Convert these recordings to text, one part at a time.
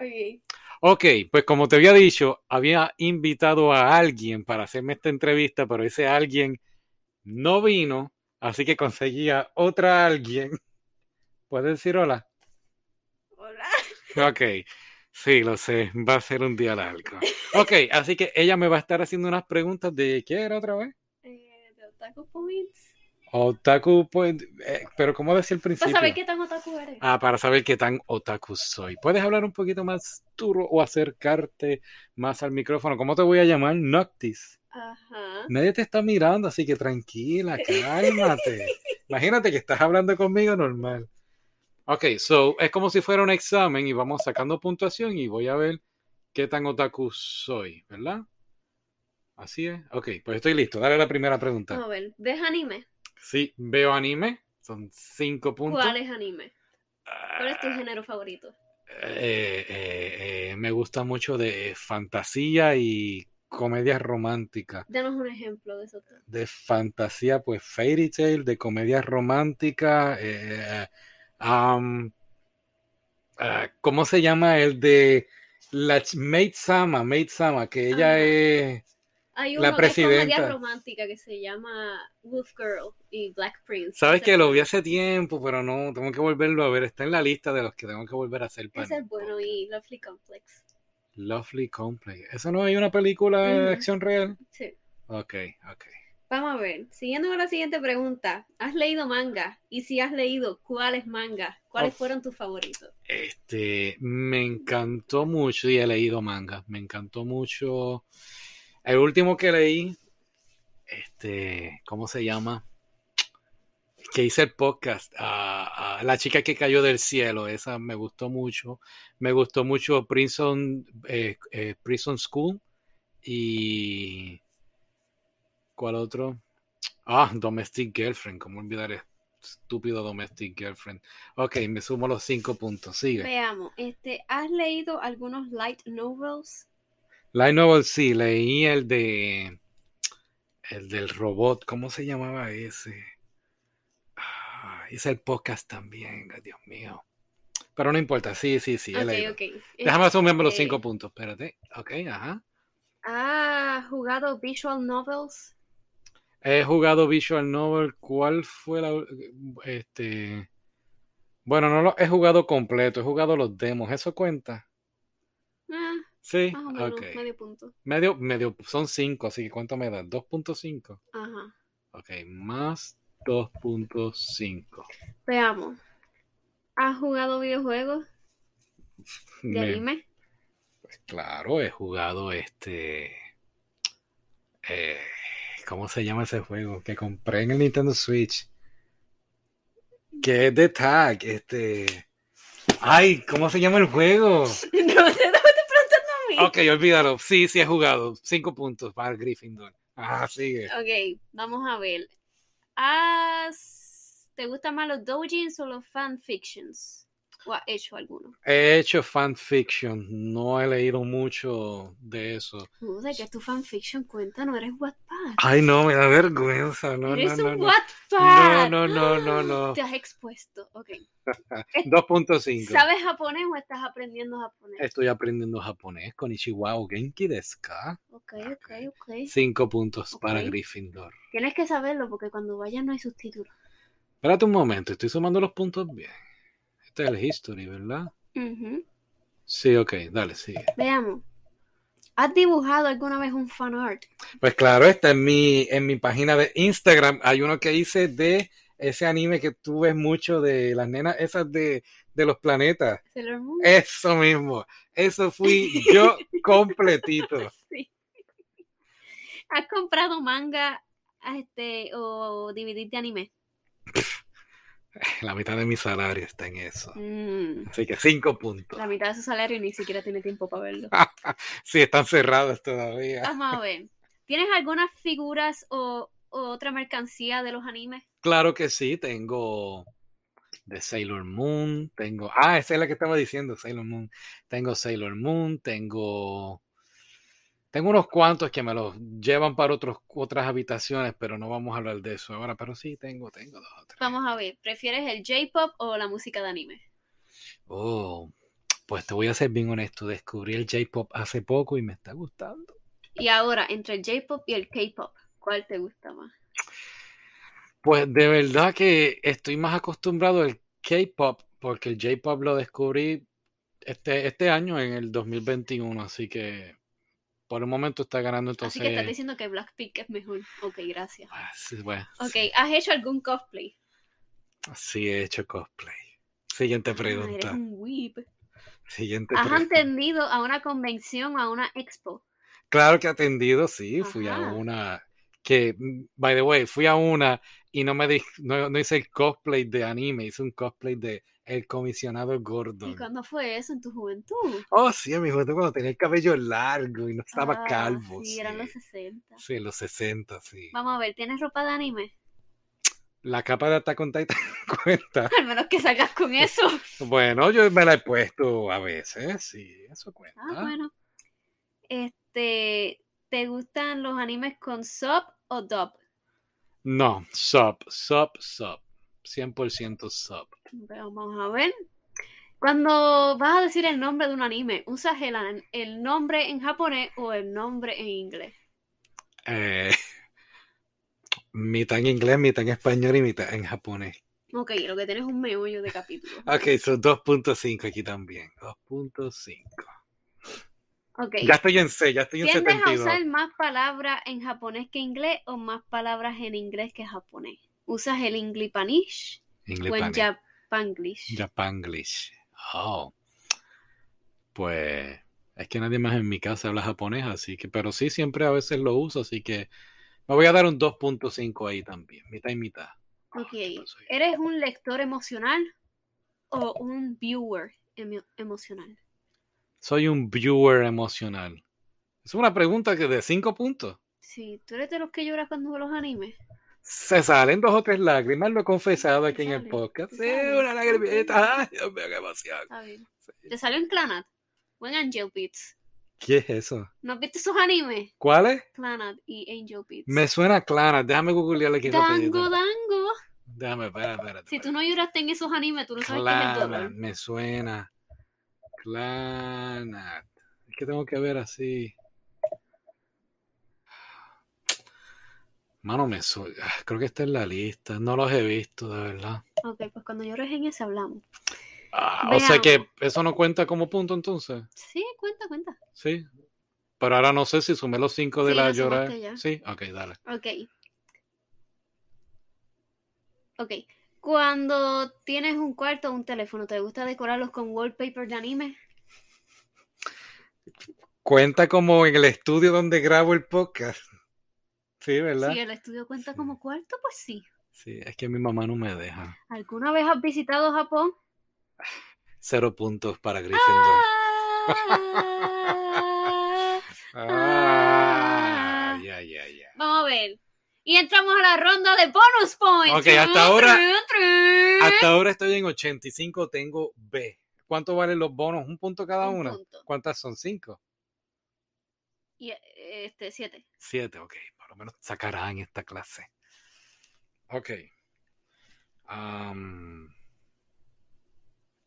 Ok. Ok, pues como te había dicho, había invitado a alguien para hacerme esta entrevista, pero ese alguien no vino, así que conseguía otra alguien. ¿Puedes decir hola? Hola. Ok, sí, lo sé, va a ser un día largo. Ok, así que ella me va a estar haciendo unas preguntas de ¿qué era otra vez? Eh, de Otaku Points. Otaku, pues, eh, pero ¿cómo decía al Para principio? saber Pues, qué tan otaku eres. Ah, para saber qué tan otaku soy. ¿Puedes hablar un poquito más duro o acercarte más al micrófono? ¿Cómo te voy a llamar? Noctis. Ajá. Nadie te está mirando, así que tranquila, cálmate. Imagínate que estás hablando conmigo normal. Ok, so es como si fuera un examen y vamos sacando puntuación y voy a ver qué tan otaku soy, ¿verdad? Así es. Ok, pues estoy listo. Dale la primera pregunta. Vamos a ver. ¿Ves anime? Sí, veo anime. Son cinco puntos. ¿Cuál es anime? ¿Cuál es tu Ah. género favorito? Eh, eh, eh, me gusta mucho de fantasía y comedia romántica. Danos un ejemplo de eso. tres. De fantasía, pues fairy tale, de comedia romántica. eh, am, ah, ¿cómo se llama el de la ch- Maid Sama? Maid Sama, que ella Ajá. es. Hay La uno que es comedia presidenta. romántica que se llama Wolf Girl y Black Prince. Sabes Ese- que lo vi hace tiempo, pero no, tengo que volverlo a ver. Está en la lista de los que tengo que volver a hacer para Ese el es bueno podcast. y Lovely Complex. Lovely Complex. ¿Eso no hay una película de Ujú. acción real? Sí. Ok, ok. Vamos a ver. Siguiendo con la siguiente pregunta. ¿Has leído manga? Y si has leído, ¿cuáles mangas? ¿Cuáles Oh. fueron tus favoritos? Este, me encantó mucho y he leído manga. Me encantó mucho. El último que leí, este, ¿cómo se llama? Que hice el podcast. a La chica que cayó del cielo, esa me gustó mucho. Me gustó mucho Prison, eh, eh, Prison School y... ¿Cuál otro? Ah, Domestic Girlfriend. ¿Cómo olvidar el estúpido Domestic Girlfriend? Ok, me sumo los cinco puntos. Sigue. Veamos. Este, ¿has leído algunos light novels? Light novel, sí, leí el de el del robot, ¿cómo se llamaba ese? Ah, hice el podcast también, ay, Dios mío. Pero no importa, sí, sí, sí, he Ok, leído. ok. Déjame asumirme los Este, cinco puntos, espérate. Ok, ajá. ¿Has Ah, jugado visual novels? He jugado Visual Novel, ¿cuál fue la... este... Bueno, no lo he jugado completo, he jugado los demos, ¿eso cuenta? Ah, Sí, más o menos, ok. medio punto. Medio, medio, son cinco, así que ¿cuánto me da? 2.5. Ajá. Ok, más 2.5. Veamos. ¿Has jugado videojuegos de Me- anime? Claro, he jugado este. eh, ¿cómo se llama ese juego? Que compré en el Nintendo Switch. Que es de tag, este. Ay, ¿cómo se llama el juego? No, te estaba preguntando a mí. Ok, olvídalo. Sí, sí he jugado. Cinco puntos para Gryffindor. Ah, sigue. Ok, vamos a ver. ¿Has- ¿Te gustan más los doujins o los fanfictions? ¿O has hecho alguno? He hecho fanfiction. No he leído mucho de eso. Uh, ¿De qué tu fanfiction cuenta? No eres Wattpad. Ay, no, me da vergüenza. No, no, ¡Eres no, un no. Wattpad! No, no, no, no, no. Te has expuesto. Ok. 2.5. ¿Sabes japonés o estás aprendiendo japonés? Estoy aprendiendo japonés con Ishiwao Genki desu ka? Ok, ok, Ok. ok. Cinco puntos Ok. para Gryffindor. Tienes que saberlo porque cuando vayas no hay subtítulos. Espérate un momento, estoy sumando los puntos bien. Este es el history, ¿verdad? Ujú. Sí, ok, dale, sigue. Veamos. ¿Has dibujado alguna vez un fanart? Pues claro, está en mi, en mi página de Instagram. Hay uno que hice de ese anime que tú ves mucho de las nenas esas de, de los planetas. Sailor Moon. Eso mismo. Eso fui yo completito. Sí. ¿Has comprado manga este, o DVD de anime? La mitad de mi salario está en eso. Mm, Así que cinco puntos. la mitad de su salario y ni siquiera tiene tiempo para verlo. Sí, están cerrados todavía. Vamos a ver. ¿Tienes algunas figuras o, o otra mercancía de los animes? Claro que sí, tengo de Sailor Moon, tengo, ah, esa es la que estaba diciendo, Sailor Moon. Tengo Sailor Moon, tengo tengo unos cuantos que me los llevan para otros otras habitaciones, pero no vamos a hablar de eso ahora, pero sí tengo, tengo dos o tres. Vamos a ver. ¿Prefieres el J-pop o la música de anime? Oh, Pues te voy a ser bien honesto, descubrí el J-Pop hace poco y me está gustando. Y ahora, entre el J-Pop y el K-Pop, ¿cuál te gusta más? Pues de verdad que estoy más acostumbrado al K-Pop, porque el J-Pop lo descubrí este, este año, en el 2021, así que por el momento está ganando entonces... Así que estás diciendo que Blackpink es mejor. Ok, gracias. Ah, sí, bueno, Ok, ¿has hecho algún cosplay? sí, he hecho cosplay. Siguiente Ah, eres pregunta. un weeb. Siguiente ¿Has pregunta. atendido a una convención o a una expo? Claro que atendido, sí, fui a Ajá. una que, mm, by the way, fui a una y no me di- no, no hice el cosplay de anime, hice un cosplay de el comisionado ¿Y Gordon. cuándo fue eso en tu juventud? Oh, sí, mi juventud cuando tenía el cabello largo y no estaba Ah, calvo, sí, eran los sí. 60. Sí, en los 60, sí. Vamos a ver, ¿tienes ropa de anime? La capa de Attack on Titan cuenta. Al menos que salgas con eso. Bueno, yo me la he puesto a veces, sí, eso cuenta. Ah, bueno. Este, ¿te gustan los animes con sub o dub? No, sub, sub, sub. 100% sub. Vamos a ver. Cuando vas a decir el nombre de un anime, ¿usas el, an- el nombre en japonés o el nombre en inglés? Eh, mitad en inglés, mitad en español y mitad en japonés. Ok, lo que tienes es un meollo de capítulo. Ok, son 2.5 aquí también. 2.5. Ok. Ya estoy en C, ya estoy en ¿Tiendes a 72. usar más palabras en japonés que inglés o más palabras en inglés que japonés? ¿Usas el inglipanish Inglés o el pan- japanglish? Japanglish. Oh, pues es que nadie más en mi casa habla japonés, así que, pero sí, siempre a veces lo uso, así que me voy a dar un 2.5 ahí también, mitad y mitad. Ah, Ok. ¿qué pasó ahí? ¿Eres un lector emocional o un viewer emo- emocional? Soy un viewer emocional. Es una pregunta que de 5 puntos. Sí, tú eres de los que lloras cuando ves los animes. Se salen dos o tres lágrimas, lo he confesado Se aquí en el salen, podcast. se Sí, salen. una lagrimita. Ay, Dios mío, qué emoción. Está bien. ¿Te salió en Clanat? O en Angel Beats. ¿Qué es eso? ¿No has visto esos animes? ¿Cuál es? Clanat y Angel Beats. Me suena clara. Déjame googlearle aquí Dango, rapidito. dango. Déjame, espera, espera. Si tú no lloraste en esos animes, tú no sabes qué es el Clara, dolor. me suena. Clara. Es que tengo que ver así. Mano, me suena. Creo que está en la lista. No los he visto, de verdad. Ok, pues cuando llores en ese hablamos. Ah, o sea Veamos. que eso no cuenta como punto entonces. Sí, cuenta, cuenta. Sí. Pero ahora no sé si sumé los cinco de Sí, la lo llora. sumaste ya. Sí, ok, dale. Ok. Ok. Cuando tienes un cuarto o un teléfono, ¿te gusta decorarlos con wallpaper de anime? Cuenta como en el estudio donde grabo el podcast. Sí, ¿verdad? Si el estudio cuenta Sí. como cuarto, pues sí. Sí, es que mi mamá no me deja. ¿Alguna vez has visitado Japón? Cero puntos para Gryffindor. Ah. Ah, ya, ya, ya. Vamos a ver. Y entramos a la ronda de bonus points. Ok, hasta ahora- Trun, trun. Hasta ahora estoy en 85, tengo B. ¿Cuánto valen los bonos? ¿Un punto cada Un una? punto. ¿Cuántas son? ¿Cinco? Y, eh, este, siete. Siete, ok. Por lo menos sacarán esta clase. Ok. Am,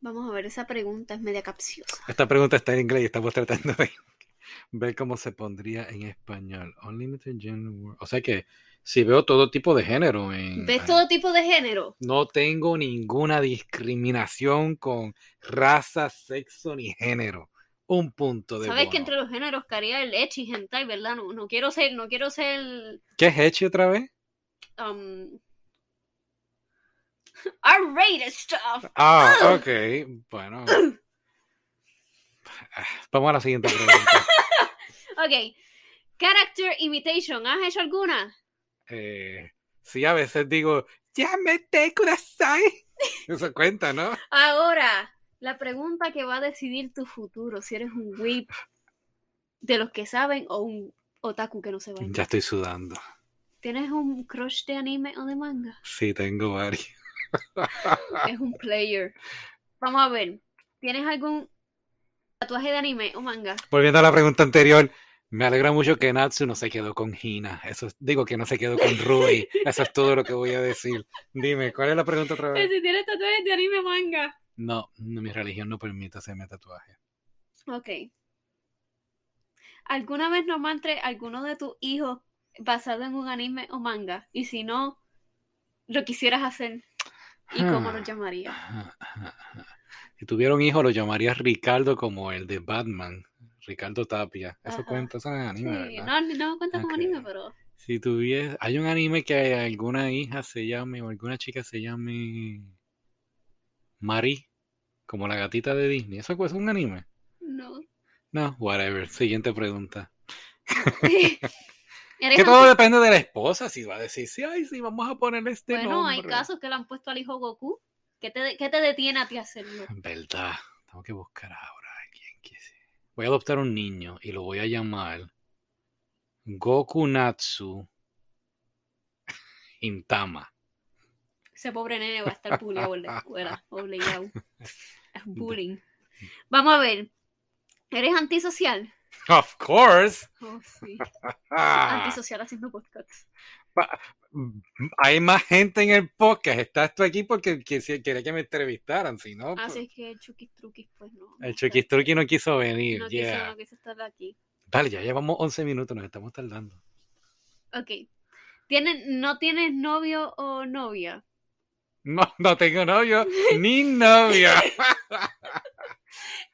Vamos a ver, esa pregunta es media capciosa. esta pregunta está en inglés y estamos tratando de ver cómo se pondría en español. Unlimited Genre World. O sea que si veo todo tipo de género en... ¿Ves todo tipo de género? No tengo ninguna discriminación con raza, sexo ni género. Un punto de Sabes bono. que entre los géneros caría el echi hentai, ¿verdad? No, no quiero ser, no quiero ser ¿Qué es hecho otra vez? um, R-rated stuff. Ah, ok. Bueno. Ah, Vamos a la siguiente pregunta. Ok. Character imitation, ¿has hecho alguna? Eh, sí, a veces digo, ya me te curasai. Eso cuenta, ¿no? Ahora, la pregunta que va a decidir tu futuro, si eres un whip de los que saben o un otaku que no se baña. Ya estoy sudando. ¿Tienes un crush de anime o de manga? Sí, tengo varios. Es un player. Vamos a ver, ¿tienes algún tatuaje de anime o manga? Volviendo a la pregunta anterior, me alegra mucho que Natsu no se quedó con Hina. Eso es- digo que no se quedó con Eh, Rui. Eso es todo lo que voy a decir. Dime, ¿cuál es la pregunta otra vez? Si tienes tatuajes de anime o manga. No, no, mi religión no permite hacerme tatuaje. Ok. ¿Alguna vez no mantres alguno de tus hijos basado en un anime o manga? Y si no, lo quisieras hacer. ¿Y cómo Ah. Hmm. lo llamarías? Si tuviera un hijo, lo llamaría Ricardo como el de Batman. Ricardo Tapia. Eso Ajá. cuenta, eso no es anime, Sí, ¿verdad? no, no me cuenta como Ok. anime, pero. Si tuviera... Hay un anime que alguna hija se llame o alguna chica se llame Marie, como la gatita de Disney. ¿Eso es un anime? No. No, whatever. Siguiente pregunta. Eres Que todo anti- depende de la esposa, si va a decir, sí, ay, sí, vamos a ponerle este Bueno, pues, hay nombre. casos que le han puesto al hijo Goku. ¿Qué te, qué te detiene a ti hacerlo? Verdad, tengo que buscar ahora a alguien que se- Voy a adoptar un niño y lo voy a llamar Goku Natsu Intama. Ese pobre nene va a estar bulleado en la escuela. Obligado. Es bullying. Vamos a ver. ¿Eres antisocial? Of course. Oh, sí. Ah, Antisocial haciendo podcasts. mm, hay más gente en el podcast. Estás tú aquí porque quisi- quería que me entrevistaran, si no. pues- Así Ah, es que el Chuquis Truquis, pues no. El Chuquistruqui no quiso venir. No yeah. quiso, no quiso estar aquí. Dale, ya llevamos 11 minutos, nos estamos tardando. Ok. ¿Tienen, ¿No tienes novio o novia? No, no tengo novio, ni novia.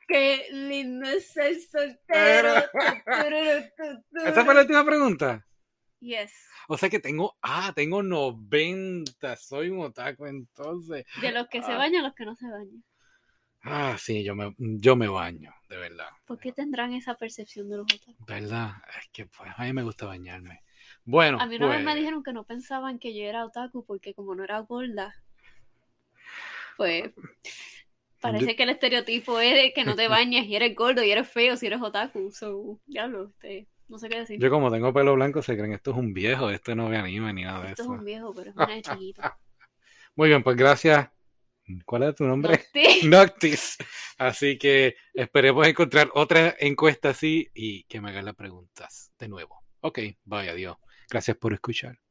Qué lindo es ser soltero. Tururú, tururú. Ah. Esa fue la última pregunta. Yes. O sea que tengo, ah, tengo 90, soy un otaku entonces. De los que se Ah. bañan, los que no se bañan. Ah, sí, yo me, yo me baño, de verdad. ¿Por qué tendrán esa percepción de los otros? ¿Verdad? Es que pues, a mí me gusta bañarme. Bueno, A mí una vez me pues, dijeron que no pensaban que yo era otaku porque como no era gorda, pues parece que el estereotipo es de que no te bañas y eres gordo y eres feo si eres otaku. So, diablo, este, no sé qué decir. yo como tengo pelo blanco se creen, esto es un viejo, esto no me anima ni nada de Esto es eso. un viejo, pero es una chiquita. Muy bien, pues gracias. ¿Cuál es tu nombre? Sí. Noctis. Así que esperemos encontrar otra encuesta así y que me hagan las preguntas de nuevo. Ok, bye, adiós. Gracias por escuchar.